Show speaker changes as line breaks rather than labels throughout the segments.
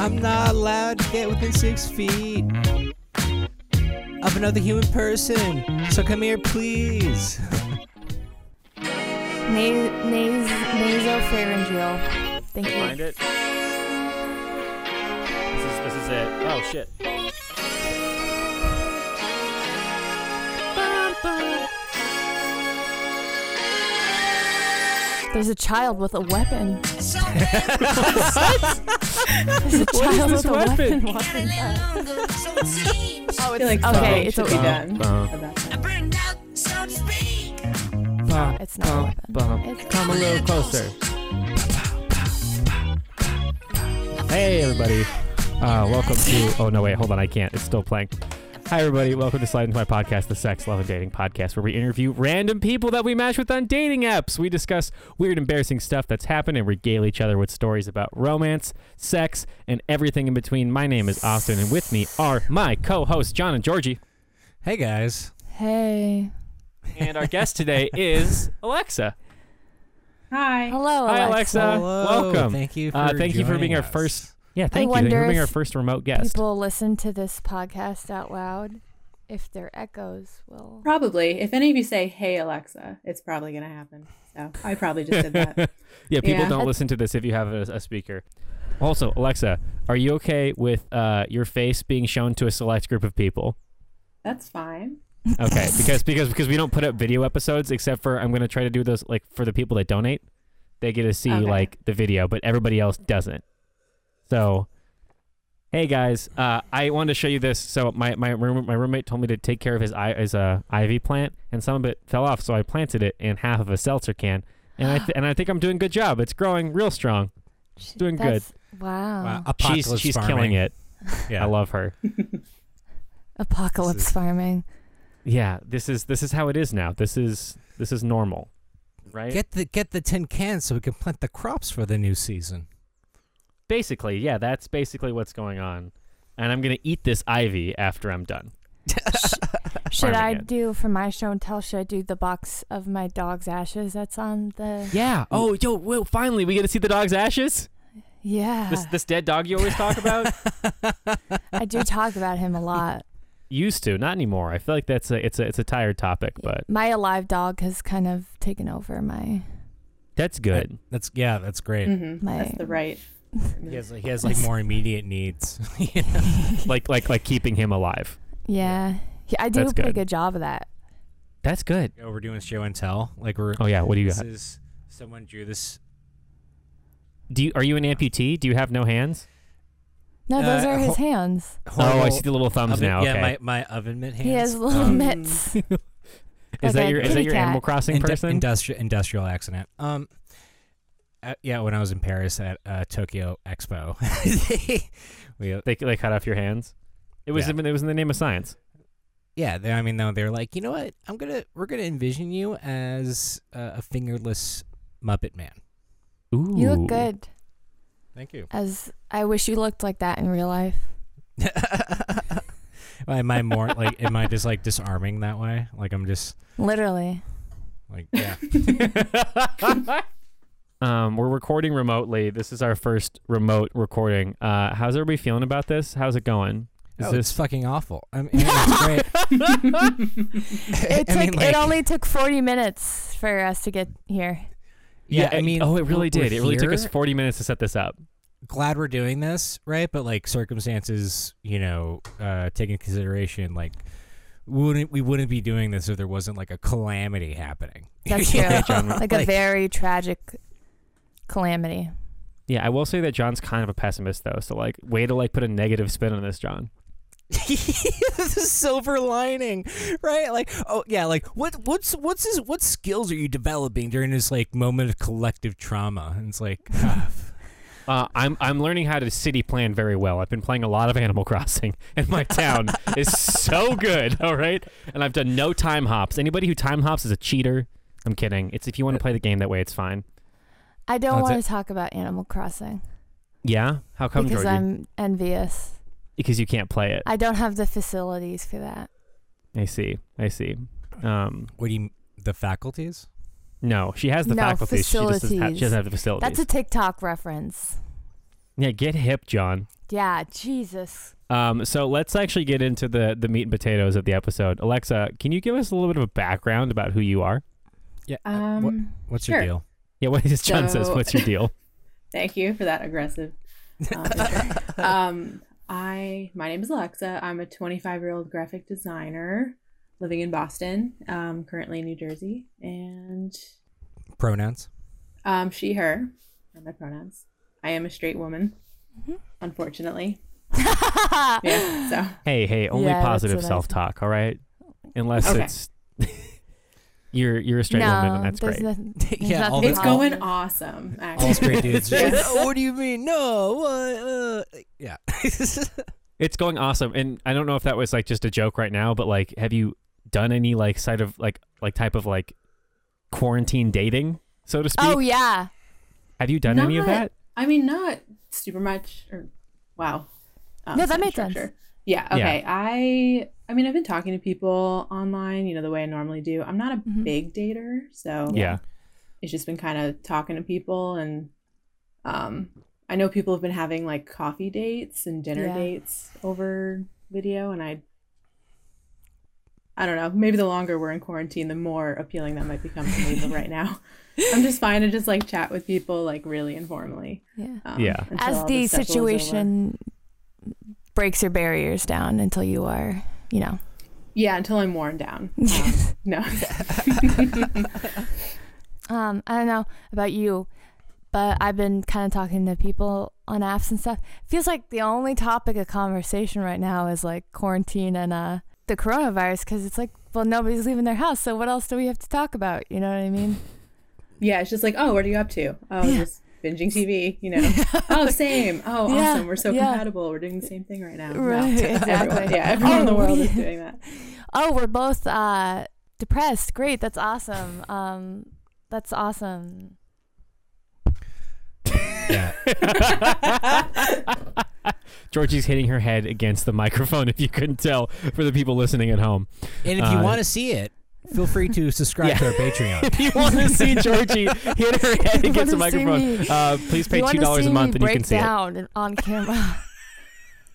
I'm not allowed to get within six feet of another human person. So come here, please.
Nas- nas- nasopharyngeal. Thank you.
Find it. This is this is it. Oh shit.
There's a child with a weapon. There's a child
this
with a weapon.
weapon?
walking by.
Oh,
it's-
it's like
okay,
okay.
it's
It's
a-
be done.
Bum,
about that.
burned out, so to speak.
bum,
It's not a
bum,
weapon.
bum.
It's-
Come a little closer. Hey everybody. Uh, welcome to. Oh no, wait, hold on, I can't. It's still playing. Hi everybody, welcome to Slide Into My Podcast, the sex, love, and dating podcast, where we interview random people that we match with on dating apps. We discuss weird, embarrassing stuff that's happened and regale each other with stories about romance, sex, and everything in between. My name is Austin, and with me are my co-hosts John and Georgie.
Hey guys.
Hey.
And our guest today is Alexa.
Hi.
Hello,
Hi,
Alexa.
Alexa.
Hello.
welcome.
Thank you. For
Uh, thank you for
joining
being our
us.
first- Yeah, thank you. Thank you
wonder
for being our
if
first remote guest.
People listen to this podcast out loud. If their echoes will.
Probably, if any of you say "Hey Alexa," it's probably gonna happen. So I probably just did that.
yeah, people
Yeah.
don't listen to this if you have a, a speaker. Also, Alexa, are you okay with uh, your face being shown to a select group of people?
That's fine.
Okay, because because because we don't put up video episodes except for I'm gonna try to do those like for the people that donate, they get to see
Okay.
like the video, but everybody else doesn't. So, hey guys, uh, I wanted to show you this. So my my room, my roommate told me to take care of his i his uh, ivy plant, and some of it fell off, so I planted it in half of a seltzer can, and I th- and I think I'm doing a good job. It's growing real strong.
She's
doing good.
Wow.
uh,
Wow,
She's
apocalypse
she's
farming.
killing it.
Yeah.
I love her.
Mm-hmm.
Apocalypse
This is-
farming.
Yeah, this is this is how it is now. This is this is normal, right?
Get the get the tin cans so we can plant the crops for the new season.
basically, yeah, that's basically what's going on. And I'm gonna eat this ivy after I'm done.
Should I
Farming it.
do for my show and tell? Should I do the box of my dog's ashes that's on the?
Yeah. Oh, yo, well, finally we get to see the dog's ashes.
Yeah,
This this dead dog you always talk about.
I do talk about him a lot.
Used to, not anymore. I feel like that's a it's a it's a tired topic, but
my alive dog has kind of taken over my
that's good.
That's yeah. That's
Mm.
great.
hmm
My-
That's the right.
He has he has like more immediate needs. You know?
like like like keeping him alive.
yeah. yeah I do
That's
a pretty
good.
good job of that.
That's good.
Yeah, we're doing show and tell. Like we're.
Oh yeah. What do you
This
got?
is someone drew this.
Do you are you an amputee? Do you have no hands?
No, those
Uh,
are his
ho-
hands.
Oh, I
horrible
see the little thumbs
oven-
now. Okay.
Yeah, my, my oven mitt hands.
He has little
Um,
mitts.
is
like
that
a
your is that
kitty
your
cat.
Animal Crossing
Indu-
person?
Industrial industrial accident. Um, uh, yeah, when I was in Paris at uh, Tokyo Expo, we
they they cut off your hands. It was
Yeah.
in, it was in the name of science.
yeah, they, I mean though they're like, you know what? I'm gonna we're gonna envision you as uh, a fingerless Muppet Man.
Ooh.
You look good.
Thank you.
As I wish you looked like that in real life.
am I more like? Am I just like disarming that way? Like I'm just
Literally.
like yeah.
um, we're recording remotely. This is our first remote recording. Uh, how's everybody feeling about this? How's it going? Is
oh, it's
this
fucking awful. I mean, it's great.
It
I
took.
mean, like-
it only took forty minutes for us to get here.
Yeah, I mean,
oh, it really
we're- we're
did. It really took us
here.
40 minutes to set this up.
glad we're doing this, right? But like circumstances, you know, uh, taking into consideration, like we wouldn't we wouldn't be doing this if there wasn't like a calamity happening.
That's true.
Yeah, John,
like, a
like-
very tragic calamity.
Yeah, I will say that John's kind of a pessimist though. So like, way to like put a negative spin on this, John.
the silver lining, right? Like, oh yeah, like what what's what's his, what skills are you developing during this like moment of collective trauma? And it's like, ah,
Uh, I'm I'm learning how to city plan very well. I've been playing a lot of Animal Crossing, and my town is so good. All right, and I've done no time hops. Anybody who time hops is a cheater. I'm kidding. It's if you want
Uh,
to play the game that way, it's fine.
I don't
That's
want
it.
to talk about Animal Crossing
Yeah, how come,
because
Georgie?
I'm envious.
because you can't play it.
I don't have the facilities for that.
I see. I see. Um,
what do you the faculties?
no, she has the
No,
faculties. She just doesn't have, she
facilities.
doesn't have the facilities.
That's a TikTok reference.
yeah, get hip, John.
Yeah, Jesus.
Um, so let's actually get into the the meat and potatoes of the episode. Alexa, can you give us a little bit of a background about who you are?
Yeah. uh,
Um,
what- what's your
sure.
deal?
Yeah, what is John says?
So-
What's your deal?
Thank you for that aggressive. Um, intro. um, I my name is Alexa. I'm a 25 year old graphic designer living in Boston, um, currently in New Jersey, and
Pronouns.
um, she her are my pronouns. I am a straight woman, unfortunately. Yeah, so
Hey, hey, only
Yeah, that's
positive
what I
self talk, all right? Unless
Okay.
it's you're you're a straight
no,
woman and that's
there's
great.
nothing- there's
Yeah, all
nothing
it's
the-
wrong
going
with-
awesome.
all
Actually,
straight dudes.
Yes.
"No, what do you mean? No. What, uh, yeah.
It's going awesome. And I don't know if that was like just a joke right now, but like have you done any like side of like like type of like quarantine dating, so to speak?
Oh yeah.
have you done any of
Not-
that?
I mean, not super much. Or wow, um,
No, that
sentence
made sense.
structure. Yeah.
Yeah.
Okay. I. I mean, I've been talking to people online. You know the way I normally do. I'm not a
Mm-hmm.
big dater, so
Yeah.
it's just been kind of talking to people, and um, I know people have been having like coffee dates and dinner
Yeah.
dates over video, and I. I don't know. Maybe the longer we're in quarantine, the more appealing that might become to me. But right now, I'm just fine to just like chat with people like really informally.
Yeah.
Um,
Yeah.
until
As
all
the
this stuff blows over.
situation breaks your barriers down until you are, you know.
Yeah, until I'm worn down. Um, no.
Um, I don't know about you, but I've been kind of talking to people on apps and stuff. Feels like the only topic of conversation right now is like quarantine and uh the coronavirus because it's like, well, nobody's leaving their house, so what else do we have to talk about? You know what I mean?
yeah, it's just like, oh, what are you up to? Oh,
Yeah.
just binging TV, you know. oh, same. Oh,
Yeah,
awesome. We're so
yeah.
compatible. We're doing the same thing right now. No.
Right,
Everyone,
exactly.
yeah, everyone in the
Oh,
world is
yeah.
doing that.
Oh, we're both uh depressed. Great, that's awesome. Um, that's awesome.
yeah.
Georgie's hitting her head against the microphone if you couldn't tell for the people listening at home.
And if you
Uh,
want to see it, feel free to subscribe to our Patreon.
if you want to see Georgie hit her head
You
against the
wanna see
microphone,
me-
uh, please pay
You
two
wanna
dollars
see
a
me
month and you
break
can see it.
down and on camera.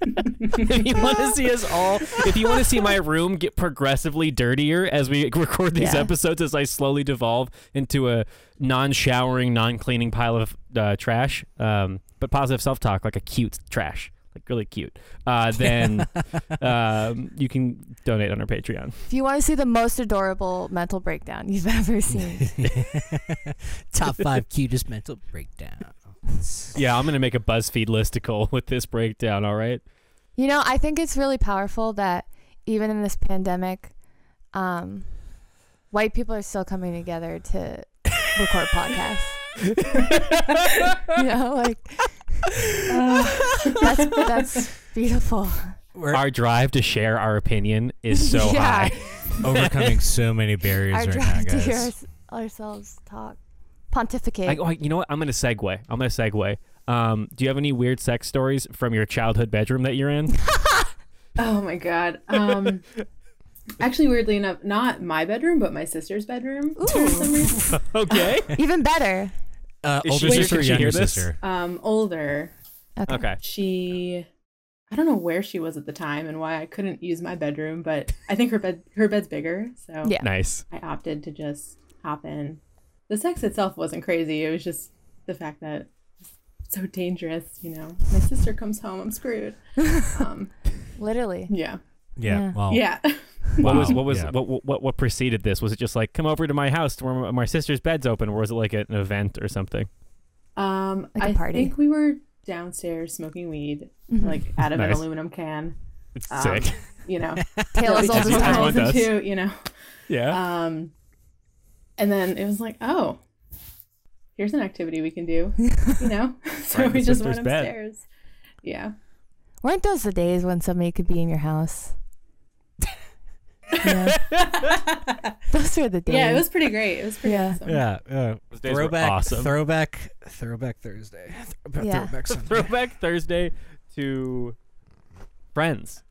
If you want to see us all, if you want to see my room get progressively dirtier as we record these
Yeah.
episodes, as I slowly devolve into a non-showering, non-cleaning pile of uh, trash, um, but positive self-talk, like a cute trash, like really cute, uh, then um, you can donate on our Patreon.
if you want to see the most adorable mental breakdown you've ever seen.
Top five cutest mental breakdown.
Yeah, I'm gonna make a BuzzFeed listicle with this breakdown. All right.
You know, I think it's really powerful that even in this pandemic, um, white people are still coming together to record podcasts. you know, like that's that's beautiful.
We're
our drive to share our opinion is so
yeah,
high.
overcoming so many barriers
our
right now,
drive to
guys.
hear ours- ourselves talk, pontificate.
I, oh, you know what? I'm gonna segue. I'm gonna segue. Um, do you have any weird sex stories from your childhood bedroom that you're in?
Oh my god. Um actually weirdly enough, not my bedroom, but my sister's bedroom. For some reason.
okay.
Even better.
Uh,
Is
older
she-
sister,
can she
younger
hear this?
sister.
Um older.
Okay.
Okay.
She I don't know where she was at the time and why I couldn't use my bedroom, but I think her bed her bed's bigger, so
Yeah.
Nice.
I opted to just hop in. The sex itself wasn't crazy. It was just the fact that it's so dangerous, you know. My sister comes home, I'm screwed. Um,
Literally.
yeah.
Yeah.
Yeah.
Well,
Yeah.
What
Wow.
was what was
Yeah.
what, what what preceded this? Was it just like come over to my house to where my, my sister's bed's open, or was it like an event or something?
Um
Like a
I
party. Mm-hmm.
think we were downstairs smoking weed, like out of
Nice.
an aluminum can.
It's
Um,
sick.
You know.
Tale as
Yeah,
old as
we
Everyone
just
time.
rolled
does.
into, you know.
uh,
Yeah.
Um, and then it was like, oh, here's an activity we can do, you know. so
Right in
we
the
just went
sister's bed.
upstairs. Yeah.
Weren't those the days when somebody could be in your house? Yeah. those were the days.
Yeah, it was pretty great. It was pretty
Yeah.
awesome.
Yeah. yeah.
days were
Throwback.
awesome.
Throwback. Throwback Thursday. Throwback,
Yeah.
throwback Sunday.
Throwback Thursday to friends.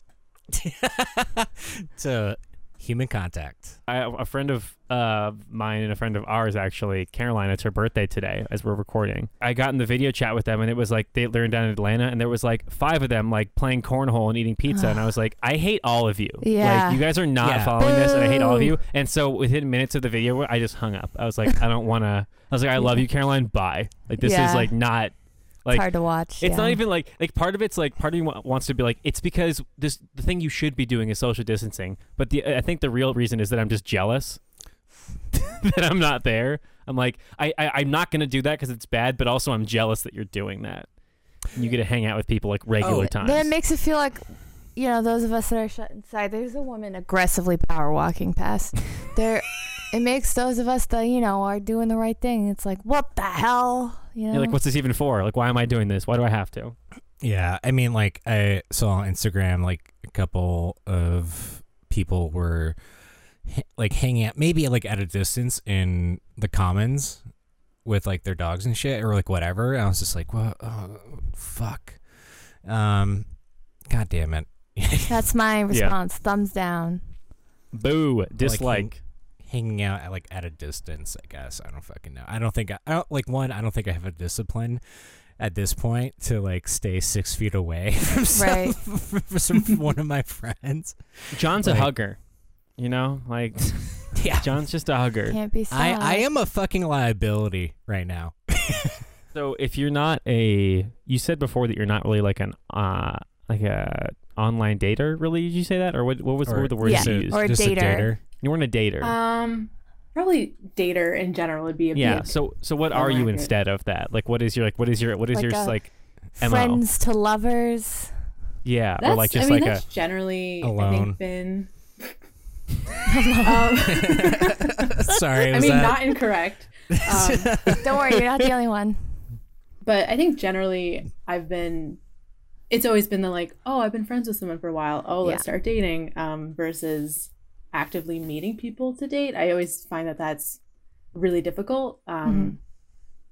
to human contact.
I, a friend of uh, mine and a friend of ours actually, Caroline. It's her birthday today as we're recording. I got in the video chat with them, and it was like they learned down in Atlanta, and there was like five of them like playing cornhole and eating pizza, and I was like, I hate all of you.
Yeah.
Like you guys are not
Yeah.
following this, and I hate all of
Boo.
you. And so within minutes of the video, I just hung up. I was like, I don't want to. I was like, I love you, Caroline. Bye. Like this
Yeah.
is like not.
it's
Like
hard to watch.
it's
yeah.
not even like like part of it's like part of you wa- wants to be like it's because this the thing you should be doing is social distancing, but the I think the real reason is that I'm just jealous that I'm not there. I'm like I, I I'm not gonna do that because it's bad, but also I'm jealous that you're doing that. And you get to hang out with people like regular
Oh.
times.
Then it makes it feel like, you know, those of us that are shut inside. There's a woman aggressively power walking past. there, it makes those of us that you know are doing the right thing. It's like, what the hell? You know,
you're like, what's this even for? Like, why am I doing this? Why do I have to?
Yeah, I mean, like I saw on Instagram, like a couple of people were h- like hanging out, maybe like at a distance in the commons with like their dogs and shit, or like whatever. And I was just like, "Whoa, oh, fuck, um, god damn it!"
that's my response. Thumbs down.
Boo! Dislike.
hang- hanging out at, like at a distance. I guess I don't fucking know. I don't think I, I don't like one. I don't think I have a discipline at this point to like stay six feet away from some,
Right.
from some- one of my friends.
John's
Like-
a hugger. You know, like
Yeah,
John's just a hugger.
Can't be. Sad.
I I am a fucking liability right now.
So if you're not a, you said before that you're not really like an, uh, like a online dater, really? Did you say that, or what? What was what
Or
were the words
Yeah.
you used?
Or Uh, a
Just
dater.
you weren't a dater.
Um, probably dater in general would be a
yeah.
big-
So so what are you
Unlikely.
instead of that? Like what is your like what is your what is
Like
your
a-
like MO.
friends to lovers.
yeah
That's,
or like just
I mean,
like
that's generally I
Alone.
think been. um,
Sorry,
I
was
mean,
that-
not incorrect, um,
Don't worry, you're not the only one.
but I think generally I've been. It's always been the like, oh, I've been friends with someone for a while. Oh,
Yeah.
let's start dating. Um, versus actively meeting people to date. I always find that that's really difficult. Um,
Mm-hmm.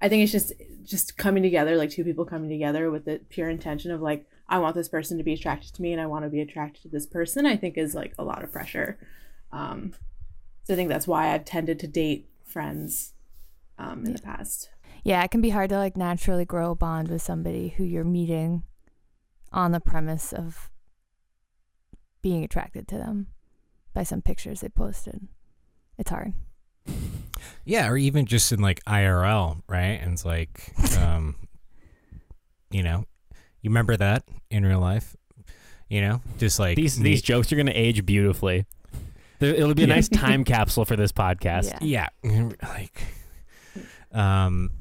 I think it's just just coming together, like two people coming together with the pure intention of like, I want this person to be attracted to me, and I want to be attracted to this person. I think is like a lot of pressure. Um, so I think that's why I've tended to date friends um, in the past.
Yeah, it can be hard to like naturally grow a bond with somebody who you're meeting on the premise of being attracted to them by some pictures they posted. It's hard.
a
yeah, or even just in like IRL, right? And it's like, um, you know, you remember that in real life, you know, just like
these
meet-
these jokes are gonna age beautifully. There, it'll be a
Yeah.
nice time capsule for this podcast.
Yeah.
yeah like um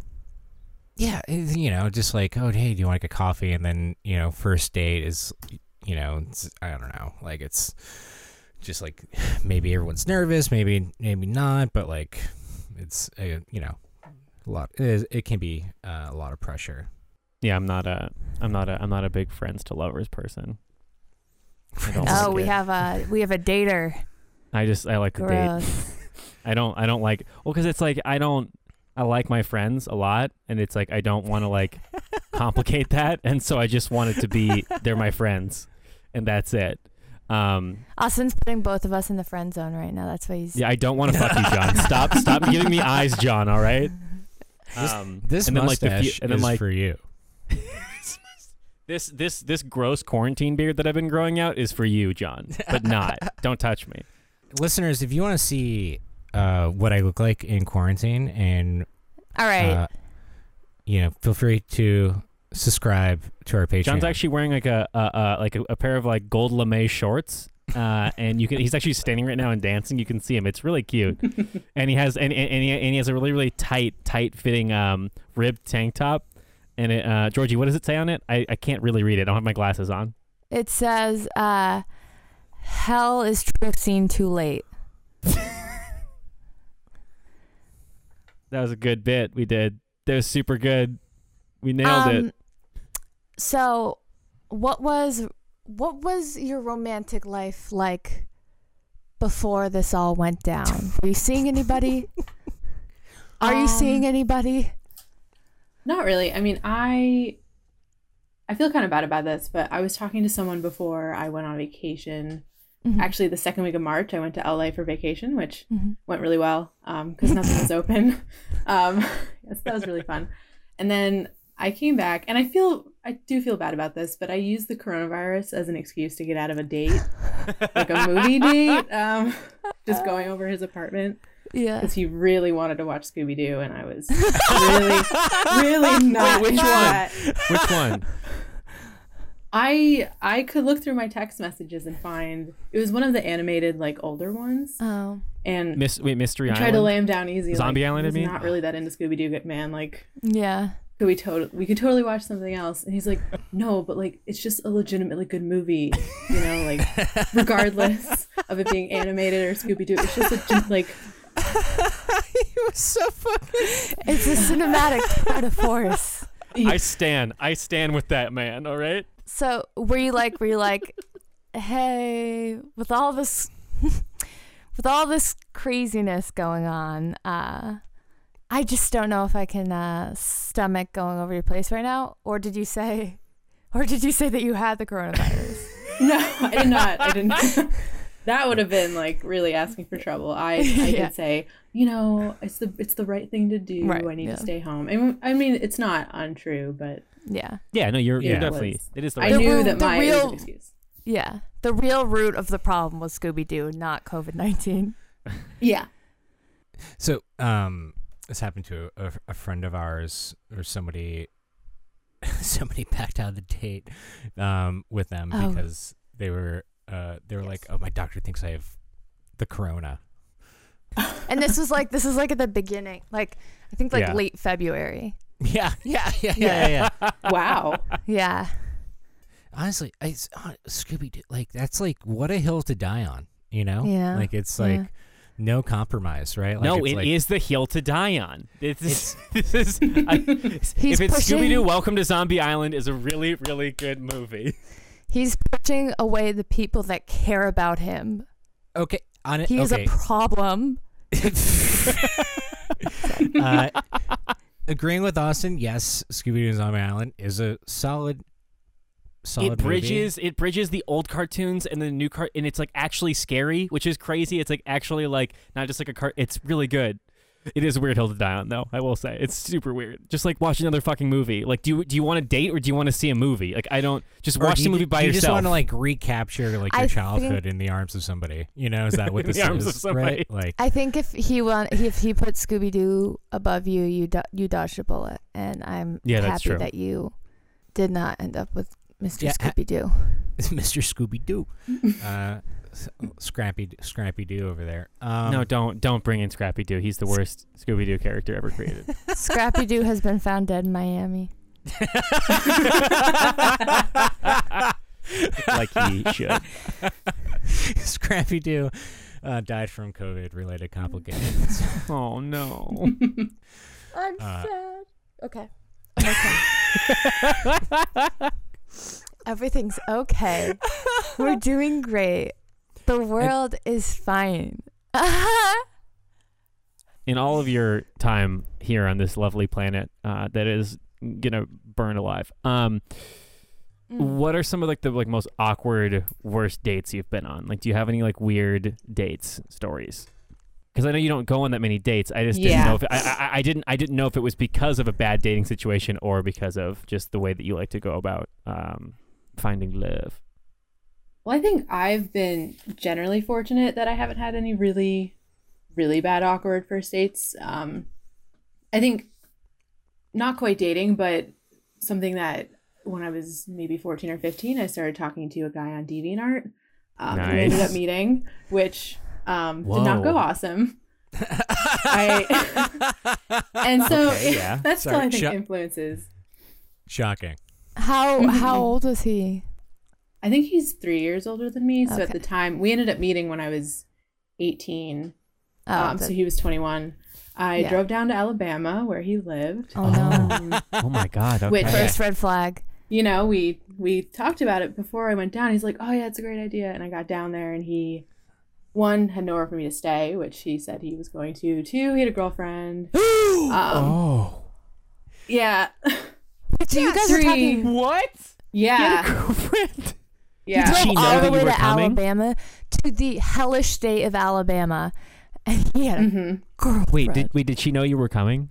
yeah it's, you know just like oh hey do you want like a coffee and then you know first date is you know it's, i don't know like it's just like maybe everyone's nervous maybe maybe not but like it's uh, you know a lot it, is, it can be uh, a lot of pressure
Yeah, I'm not a I'm not a I'm not a big friends to lovers person. I don't
Oh,
like
we
it.
have a we have a dater.
I just I like to date.
Gross.
I don't I don't like well because it's like I don't I like my friends a lot and it's like I don't want to like complicate that and so I just want it to be they're my friends and that's it. Um,
Austin's putting both of us in the friend zone right now. That's why he's
yeah, I don't want to fuck you, John. Stop stop giving me eyes, John. All right. Um,
this
and then like
mustache
the few- and then
is
like
for you
this this this gross quarantine beard that I've been growing out is for you, John, but not. don't touch me.
listeners if you want to see uh, what i look like in quarantine and
All right.
uh, you know, feel free to subscribe to our Patreon.
John's actually wearing like a, a, a like a, a pair of like gold lame shorts. Uh, and you can he's actually standing right now and dancing. You can see him. It's really cute. and he has and, and, and, he, and he has a really really tight tight fitting um ribbed tank top. And it, uh, Georgie, what does it say on it? I, I can't really read it. I don't have my glasses on.
it says uh hell is true if seen too late.
That was a good bit we did. That was super good. We nailed
Um,
it.
Um, So, what was what was your romantic life like before this all went down? Were you seeing anybody? Are you
Um,
seeing anybody?
Not really. I mean, I I feel kind of bad about this, but I was talking to someone before I went on vacation
Mhm.
Actually, the second week of March, I went to LA for vacation, which
Mhm.
went really well because nothing was open. Um, yes, that was really fun. And then I came back, and I feel I do feel bad about this, but I used the coronavirus as an excuse to get out of a date, like a movie date. Um, just going over his apartment
yeah.
because he really wanted to watch Scooby Doo, and I was really, really not.
which
into
one?
that.
Which one?
I I could look through my text messages and find it was one of the animated like older ones,
Oh,
and
Miss wait, Mystery
try
Island.
to lay him down easy.
Zombie
like,
Island, I
he's
mean?
not really that into Scooby Doo, good man. Like,
yeah.
could we totally we could totally watch something else? And he's like, no, but like it's just a legitimately good movie, you know, like regardless of it being animated or Scooby Doo, it's just a, gen- like
he was so fucking.
It's a cinematic tour de force.
I stand. I stand with that man. All right.
So were you like, were you like, hey, with all this, with all this craziness going on, uh, I just don't know if I can uh, stomach going over your place right now. Or did you say, or did you say that you had the coronavirus?
no, I did not. I didn't. that would have been like really asking for trouble. I, I
Yeah.
did say, you know, it's the it's the right thing to do.
Right,
I need
yeah.
to stay home. And I mean, it's not untrue, but
yeah,
Yeah. No, you're
Yeah.
you're definitely.
Was-
It is the
I
right.
The
knew
real-
that
the
my it was
real-
an excuse.
yeah. The real root of the problem was Scooby Doo, not COVID nineteen.
Yeah.
So, um, this happened to a, a friend of ours or somebody. Somebody backed out of the date um, with them
Oh.
because they were uh, they were like, "Oh, my doctor thinks I have the corona."
And this was like, this is like at the beginning, like I think like
Yeah.
late February.
Yeah, yeah, yeah,
Yeah.
yeah, yeah. yeah.
Wow.
Yeah.
Honestly, I, it's- uh, Scooby Doo, like that's like what a hill to die on, you know?
Yeah,
Like it's
yeah.
like no compromise, right? Like,
no,
it's
it is
like,
the hill to die on. This is this is. I,
He's
if it's
pushing-
Scooby Doo, Welcome to Zombie Island is a really really good movie.
He's pushing away the people that care about him.
Okay, on it.
He is
okay.
a problem.
uh, agreeing with Austin, yes, Scooby Doo and Zombie Island is a solid, solid
it
movie.
bridges it bridges the old cartoons and the new cart and it's like actually scary, which is crazy. It's like actually like not just like a cart. It's really good. It is a weird hill to die on, though. I will say it's super weird. Just like watch another fucking movie. Like, do you do you want to date or do you want to see a movie? Like, I don't just
Or
watch
do
the
you-
movie by
do you
yourself.
just want to like recapture like
I
your
think-
childhood in the arms of somebody. You know, is that what
In
this
the arms of
is?
somebody.
Right? Like,
I think if he want, if he put Scooby Doo above you, you do- you dodged a bullet, and I'm
Yeah, that's
happy
true.
that you did not end up with Mr.
Yeah, I-
Scooby Doo.
Mr. Scooby Doo, uh, s- Scrappy Scrappy Doo over there. Um,
no, don't don't bring in Scrappy Doo. He's the worst Scooby Doo character ever created.
Scrappy Doo has been found dead in Miami.
like he should.
Scrappy Doo uh, died from COVID related complications.
Oh no.
I'm
Uh,
sad. Okay. I'm okay. Everything's okay. We're doing great. The world is fine. Mm.
in all of your time here on this lovely planet uh, that is gonna burn alive. Um,
Hmm.
what are some of like the like most awkward worst dates you've been on? Like, do you have any like weird dates stories? Because I know you don't go on that many dates. I just didn't
Yeah.
know if I, I, I didn't I didn't know if it was because of a bad dating situation or because of just the way that you like to go about um, finding love.
Well, I think I've been generally fortunate that I haven't had any really, really bad awkward first dates. Um, I think not quite dating, but something that when I was maybe 14 or 15, I started talking to a guy on DeviantArt. Um, and we ended
Nice.
up meeting, which um, did not
Whoa.
go awesome. I, and so
Okay, yeah.
that still,
Sorry,
I think,
shut-
influences.
Shocking.
How how old was he?
I think he's three years older than me. So at
Okay.
the time, we ended up meeting when I was 18.
Oh,
um,
the-
so he was 21. I
Yeah.
drove down to Alabama where he lived.
oh no.
Um,
Oh my god! Okay.
Wait,
First red flag.
you know, we we talked about it before I went down. He's like, "Oh yeah, it's a great idea." And I got down there, and he, one, had nowhere for me to stay, which he said he was going to. Two, he had a girlfriend. um,
Oh.
Yeah,
you guys are talking.
Three.
what?
yeah,
Girlfriend.
yeah.
She
drove
know
all
that
the
you
way
were
to
coming?
Alabama to to the hellish state of Alabama, and he had a
hmm
girlfriend.
Wait, did wait, did she know you were coming?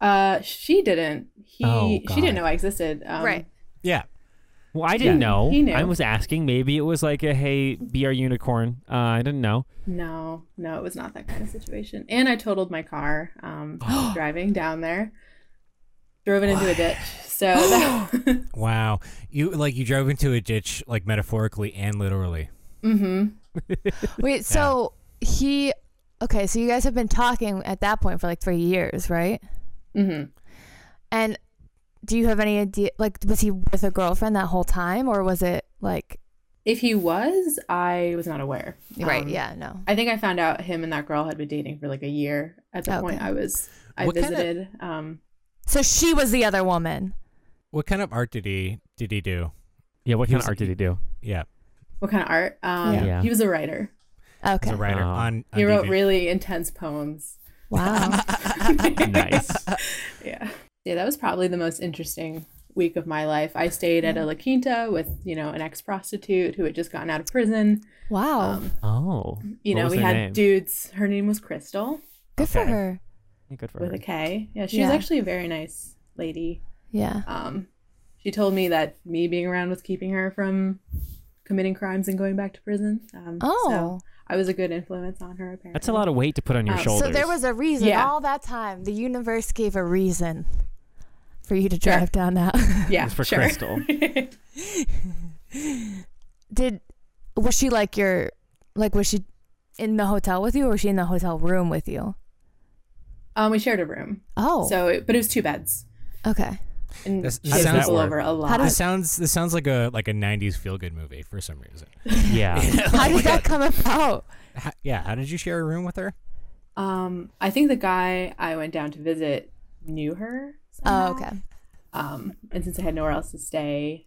Uh, she didn't. He
Oh,
she
God.
didn't know I existed. Um,
Right.
Yeah.
Well, I didn't
Yeah,
know.
he knew.
I was asking. Maybe it was like a hey, be our unicorn. Uh, I didn't know.
No, no, it was not that kind of situation. And I totaled my car um, driving down there. Drove it into a ditch. So that,
Wow. You like you drove into a ditch like metaphorically and literally.
hmm
Wait, so he. Okay, so you guys have been talking at that point for like three years, right?
hmm
And do you have any idea? Like, was he with a girlfriend that whole time, or was it like?
If he was, I was not aware.
right.
Um,
Yeah. No.
I think I found out him and that girl had been dating for like a year at the
Okay.
point I was I
What kinda-
visited. Um
So she was the other woman.
What kind of art did he did he do?
Yeah, what
He
kind
was-
of art did he do?
Yeah.
what kind of art? Um
Yeah.
he was a writer.
As
Okay.
a writer
Oh.
on, on
He wrote
DVD.
really intense poems.
Wow.
Nice.
Yeah. Yeah, that was probably the most interesting week of my life. I stayed
Mm-hmm.
at a La Quinta with, you know, an ex prostitute who had just gotten out of prison.
Wow.
Um,
Oh,
you
What
know,
was
we
her
had
name?
dudes. Her name was Crystal
Good for
okay.
her.
good for
with
her.
a K. Yeah, she
Yeah.
was actually a very nice lady.
Yeah.
Um, she told me that me being around was keeping her from committing crimes and going back to prison. Um,
Oh.
so I was a good influence on her. Apparently,
That's a lot of weight to put on your
Oh. So
shoulders.
So there was a reason
Yeah.
all that time. The universe gave a reason for you to drive down that.
yeah,
It's for
sure.
Crystal.
Did was she like your like was she in the hotel with you or was she in the hotel room with you?
um, we shared a room,
Oh.
so it, but it was two beds,
okay.
and
That's-
she
how
had
does that
people
work?
over a lot.
How
This
does-
sounds this sounds like a like a '90s feel good movie for some reason.
yeah.
How did that come about?
How, yeah, how did you share a room with her?
Um, I think the guy I went down to visit knew her.
Oh,
somehow.
okay.
Um, and since I had nowhere else to stay,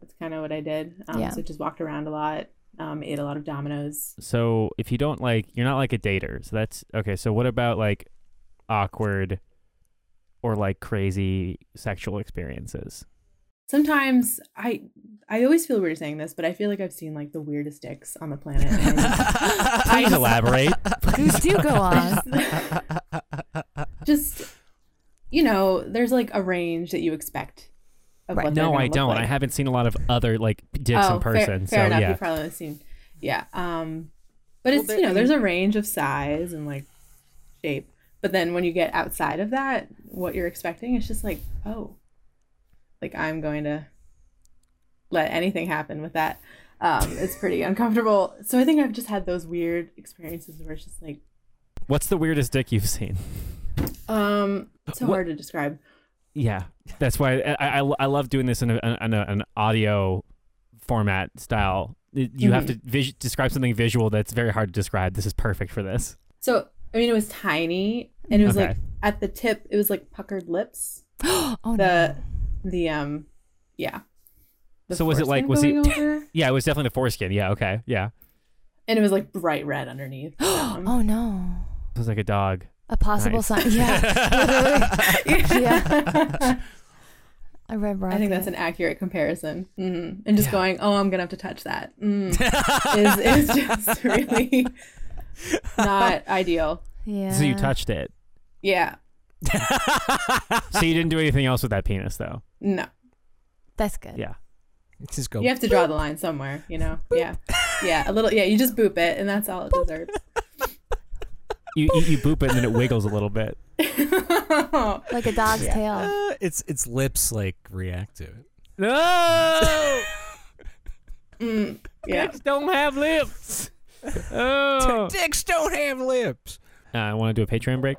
that's kind of what I did. Um,
Yeah.
so just walked around a lot, um, ate a lot of Dominoes.
So if you don't like, you're not like a dater. So that's okay. So what about like awkward or like crazy sexual experiences?
Sometimes I, I always feel weird saying this, but I feel like I've seen like the weirdest dicks on the planet. and
Please
I
elaborate.
Goose do go on.
just, you know, there's like a range that you expect. Of what they're
no,
gonna
I
look
don't.
Like. Oh,
I haven't seen a lot of other like dicks in
fair-
person.
Fair,
so
enough.
yeah.
You probably haven't seen. Yeah. Um, but
Well,
it's
there-
you know there's a range of size and like shape, but then when you get outside of that, what you're expecting is just like oh, like I'm going to let anything happen with that. Um, it's pretty uncomfortable. So I think I've just had those weird experiences where it's just like
What's the weirdest dick you've seen?
um, it's so
What-
hard to describe.
Yeah, that's why I, I, I love doing this in, a, in a, an audio format style. You have to
Mm-hmm.
vis- describe something visual that's very hard to describe. This is perfect for this.
So I mean, it was tiny and it was like
Okay.
at the tip. It was like puckered lips.
Oh no.
the the um yeah The
So was it like-
foreskin
was he-
going over,
Yeah, it was definitely the foreskin. Yeah, okay, yeah,
and it was like bright red underneath um,
Oh no.
it was like a dog.
A possible
Nice.
sign. Yeah. Literally. yeah. I read
i think that's an accurate comparison hmm and just going oh i'm gonna have to touch that mm, is, is just really not ideal
Yeah.
So you touched it.
yeah
So you didn't do anything else with that penis, though.
no
That's good.
Yeah.
Just go.
you have to draw the line somewhere you know yeah yeah a little yeah you just boop it and that's all it deserves
You you, you boop it and then it wiggles a little bit.
Like a dog's tail.
Uh, it's its lips like react to it.
No,
Mm, yeah
don't have lips. Oh.
Dicks don't have lips.
Uh, I want to do a Patreon break.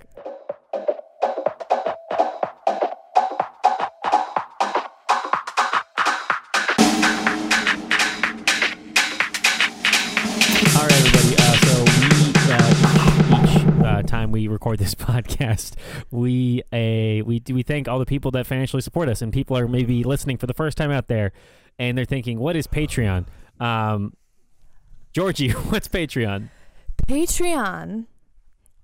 All right, everybody. Uh, so we uh, each uh, time we record this podcast, we uh, we we thank all the people that financially support us, and people are maybe listening for the first time out there, and they're thinking, "What is Patreon?" Um, Georgie, what's Patreon?
Patreon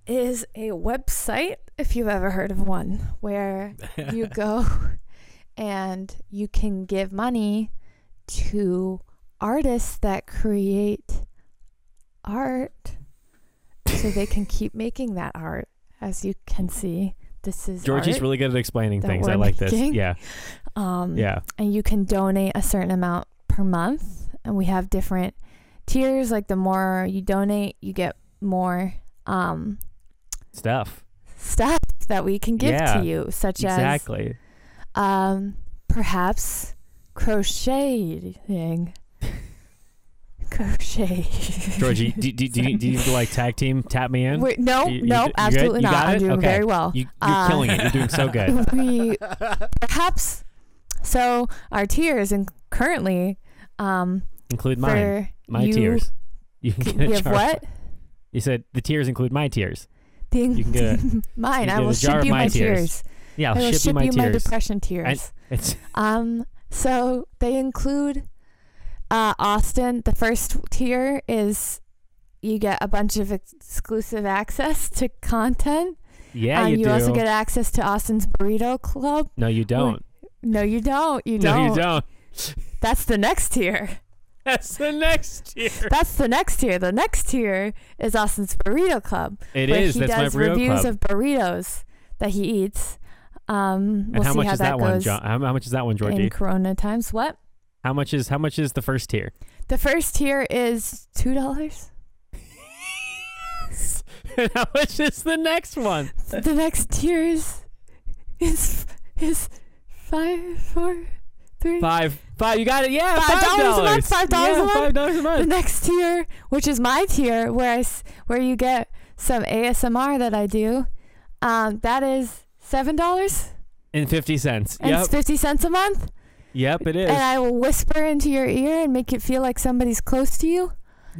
is a website, if you've ever heard of one, where you go and you can give money to artists that create art so they can keep making that art. As you can see, this is
Georgie's
art.
really good at explaining
that
things. I
we're
like this.
making.
Yeah,
um,
yeah.
and you can donate a certain amount per month and we have different tiers like the more you donate you get more um,
Stuff.
stuff that we can give
Yeah,
to you such
Exactly.
as um, perhaps crocheting crochet
Georgie, do, do, do, you, do you need to like tag team tap me in?
Wait, no
You-
no
you d- you got-
absolutely
you
not
got
i'm
it?
doing
Okay.
very well
you, you're
Uh,
killing it. You're doing so good.
we perhaps so our tiers and currently um,
Include mine.
for
My
you,
tears. You can get a
we have
jar.
what
You said the tears include my tears.
The
You can get
mine.
you
I
get
will
a jar
ship
of
you
my
my
tears.
tears.
Yeah,
I
I'll
will
ship you my
my
tears.
depression tears.
It's
um, so they include uh, Austin. The first tier is you get a bunch of exclusive access to content.
yeah,
um,
you, do.
also get access to Austin's Burrito Club.
no, you don't.
No, you don't. You
no,
don't.
you don't.
That's the next tier.
That's the next tier.
That's the next tier. The next tier is Austin's Burrito Club.
It
where
is.
He
That's my
does
burrito
reviews
club.
of burritos that he eats. Um, we'll
and how
see
much
how
is
that,
that,
goes
one, John? How, how much is that one, Georgie?
in Corona times. What?
How much is how much is the first tier?
The first tier is two dollars.
And how much is the next one?
The next tier is is is five, four, three.
Five, five. You got it. Yeah,
Five dollars a month, five dollars a
yeah,
month.
Five dollars a
The
month.
next tier, which is my tier, where I s- where you get some ASMR that I do, um, that is seven dollars
And fifty cents.
and
yep.
it's fifty cents a month.
yep. It is.
and uh, I will whisper into your ear and make it feel like somebody's close to you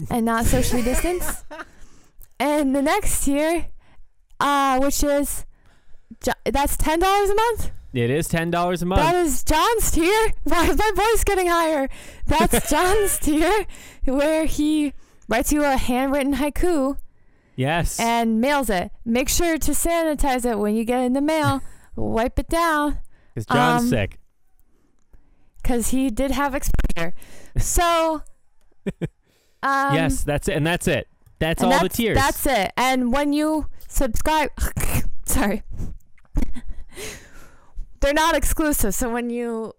and not socially distanced. And the next tier, uh, which is Jo- that's ten dollars a month.
it is ten dollars a month.
That is John's tier. Why is my voice getting higher? That's John's tier, where he writes you a handwritten haiku
yes.
and mails it. Make sure to sanitize it when you get it in the mail. Wipe it down.
Because John's
um,
sick.
because he did have exposure. So, um,
yes, that's it, and that's it. That's
and
all the
that's-
tiers.
That's it. And when you subscribe, sorry, they're not exclusive. So when you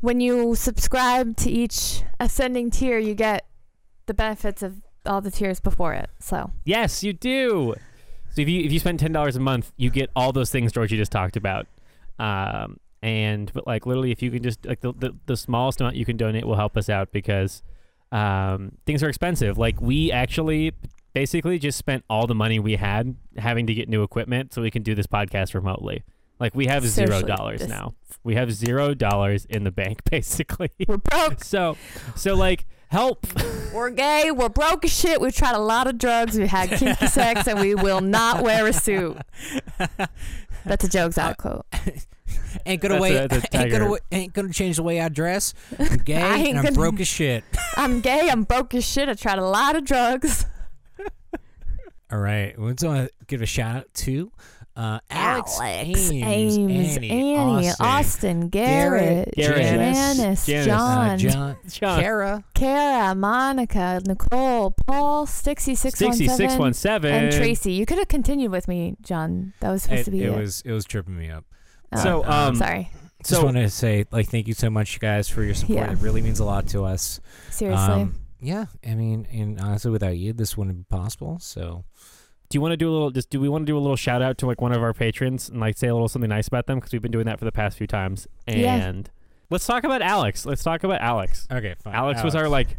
when you subscribe to each ascending tier, you get the benefits of all the tiers before it. So
yes, you do. So if you if you spend ten dollars a month, you get all those things Georgie just talked about. Um, and but like literally, if you can just like the, the the smallest amount you can donate will help us out because um things are expensive. Like we actually basically just spent all the money we had having to get new equipment so we can do this podcast remotely. Like we have zero
Socially
dollars now.
distanced.
We have zero dollars in the bank basically.
we're broke.
so so like help.
We're gay. We're broke as shit. We've tried a lot of drugs. We've had kinky sex, and we will not wear a suit. That's a joke, that quote.
ain't gonna
That's a-
wait.
that's a
ain't
tiger.
gonna wa- ain't gonna change the way I dress. I'm gay
I ain't
and I'm
gonna-
broke as shit.
I'm gay. I'm broke as shit. I tried a lot of drugs.
All right, we just want to give a shout out to uh, Alex, Ames, Annie, Austin,
Austin, Garrett,
Garrett,
Janice,
Janice,
uh,
Janice,
John,
John,
John.
Kara,
Kara, Monica, Nicole, Paul, Stixie, six one
Sixty six one
seven,
seven
and Tracy. You could have continued with me, John. That was supposed
It,
to be
it was it was tripping me up.
Oh,
So
um,
um,
sorry.
Just
So-
want to say like thank you so much, you guys, for your support.
Yeah.
It really means a lot to us.
Seriously.
Um, yeah, I mean, and honestly, without you, this wouldn't be possible. So
do you want to do a little just do we want to do a little shout out to like one of our patrons and like say a little something nice about them because we've been doing that for the past few times
Yeah.
and let's talk about alex let's talk about alex
okay, fine.
alex, was our like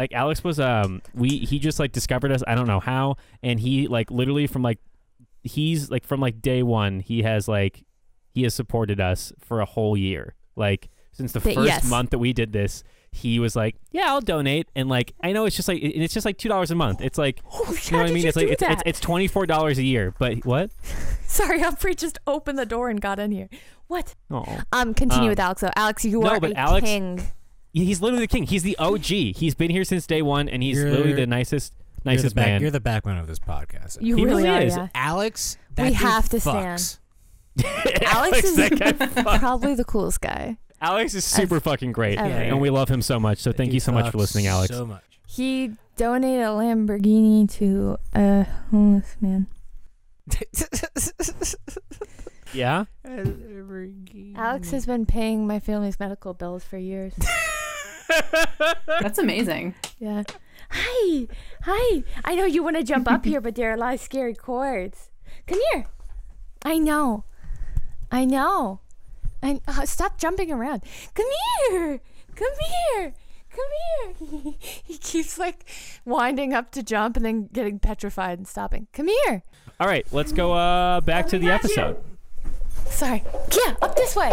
like alex was um we he just like discovered us i don't know how and he like literally from like he's like from like day one he has like he has supported us for a whole year like since the
Th-
first
yes.
month that we did this he was like yeah i'll donate and like i know it's just like and it's just like two dollars a month it's like you know what i mean it's like it's, it's, it's twenty four dollars a year but what
sorry, Humphrey just opened the door and got in here. What?
oh
Um, continue
Um,
with Alex. though. Alex, you
no,
are
but
a
Alex-
king.
he's literally the king he's the og he's been here since day one and he's literally
You're-
the nicest
you're
nicest
the back,
man
You're the backbone of this podcast.
You
He
really,
really
are.
is.
Yeah.
Alex, that
We
dude
have to
fucks.
stand. Alex is-
that guy fucks.
Probably the coolest guy.
Alex is super fucking great,
I've-
and we love him so much. So thank
Dude
you so much for
fucks
listening, Alex.
So much.
He donated a Lamborghini to a homeless man.
Yeah.
Alex has been paying my family's medical bills for years.
That's amazing.
yeah. Hi, hi. I know you want to jump up here, but there are a lot of scary chords. Come here. I know. I know. And uh, stop jumping around. Come here. Come here. Come here. he keeps like winding up to jump and then getting petrified and stopping. Come here.
All right, let's go uh, back to the episode.
Sorry. Yeah, up this way.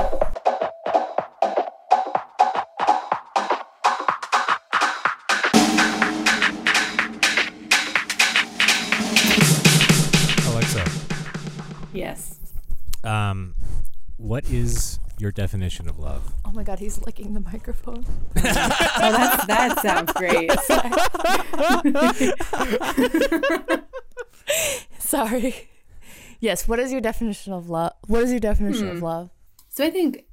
Alexa,
Yes.
um, what is your definition of love?
Oh my god, he's licking the microphone.
Oh, that's, that sounds great.
Sorry. Yes, what is your definition of love? What is your definition of love?
So I think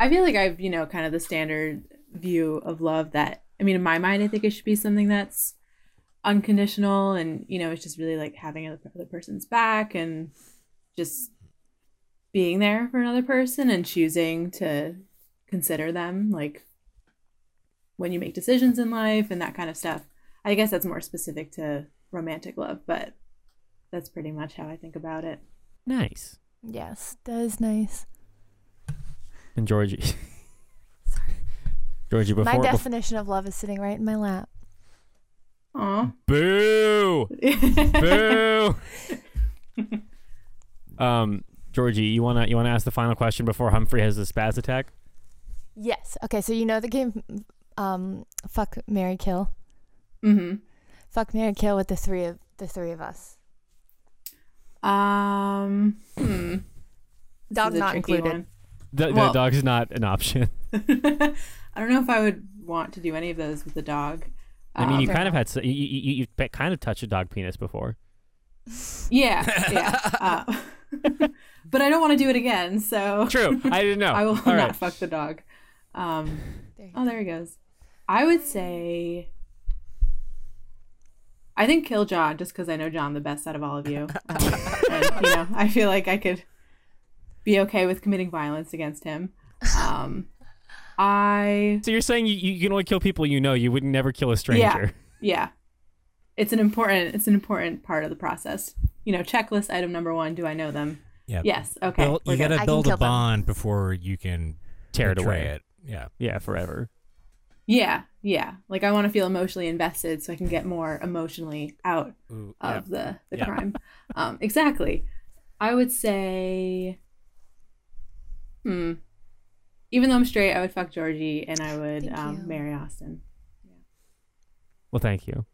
I feel like I've, you know, kind of the standard view of love that I mean in my mind I think it should be something that's unconditional and you know it's just really like having another other person's back and just being there for another person and choosing to consider them like when you make decisions in life and that kind of stuff. I guess that's more specific to romantic love, but that's pretty much how I think about it.
Nice.
Yes, that is nice.
And Georgie. Georgie, before,
my
before
definition of love is sitting right in my lap.
Aw.
boo, boo. um, Georgie, you wanna you wanna ask the final question before Humphrey has the spaz attack?
Yes. Okay, so you know the game um fuck Mary Kill.
Mhm.
Fuck Mary Kill with the three of the three of us.
Um hmm.
Dog
This is a
not
tricky
included.
one.
The, the
Well-
dog's not an option.
I don't know if I would want to do any of those with a dog.
I mean,
Um,
you kind of had s- you you, you you've pe- kind of touched a dog penis before.
Um, yeah, yeah. Uh, but I don't want to do it again, so
True. I didn't know.
I will
Oh, All
not
right.
fuck the dog. Um,
There you
oh, there he goes. I would say, I think kill John just because I know John the best out of all of you. Um, and, you know, I feel like I could be okay with committing violence against him. Um, I
So you're saying you, you can only kill people you know. You would never kill a stranger.
Yeah. It's an important it's an important part of the process. You know, checklist item number one, do I know them?
Yeah.
Yes. Okay.
Build,
we're
you gotta
I can
build
kill
a
them.
bond before you can
Tear it
betray
away.
It. Yeah.
Yeah, forever.
Yeah, yeah. Like I want to feel emotionally invested so I can get more emotionally out
Ooh, yeah.
of the, the
Yeah.
crime. Um, exactly. I would say hmm. Even though I'm straight, I would fuck Georgie and I would
Thank you.
um, marry Austin.
Well, thank you.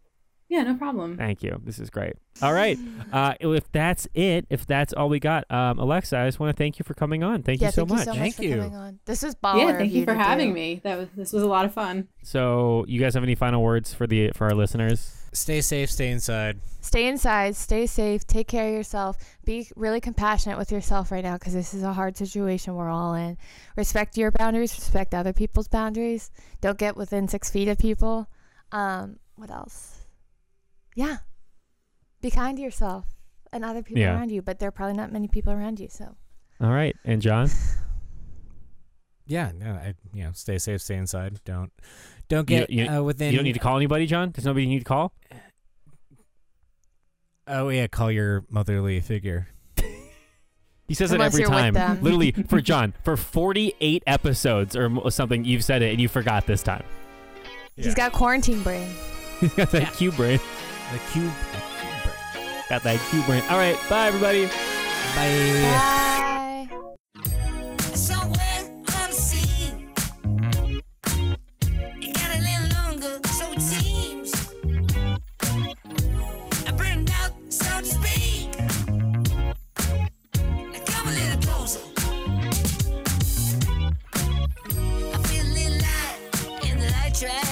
Yeah, no problem.
Thank you. This is great. All right. Uh, if that's it, if that's all we got, um, Alexa, I just want to thank you for coming on. Thank
yeah,
you so much.
so much
Thank
for
you.
coming on. This was baller.
Yeah,
of
thank you for
to
having
do.
me. That was this was a lot of fun.
So, you guys have any final words for the for our listeners?
Stay safe. Stay inside.
Stay inside, stay safe, take care of yourself. Be really compassionate with yourself right now because this is a hard situation we're all in. Respect your boundaries, respect other people's boundaries. Don't get within six feet of people. Um, what else? Yeah. Be kind to yourself and other people
Yeah.
around you, but there are probably not many people around you. So,
All right. And John,
Yeah. No. I, you know. Stay safe. Stay inside. Don't. Don't
You-
get
you-
uh, within.
you don't need to call anybody, John. There's nobody you need to call.
Oh yeah. Call your motherly figure.
He says
Unless
it every
you're with
time.
them.
Literally, for John, for 48 episodes or mo- something, you've said it and you forgot this time.
he's got quarantine brain.
He's got that
Yeah.
Q brain.
the cube. Bye.
Got that Q brain. All right. Bye, everybody.
Bye.
Somewhere unseen. It got a little longer, so it seems. I burned out, so to speak. Now come a little closer. I feel a little light in the light track.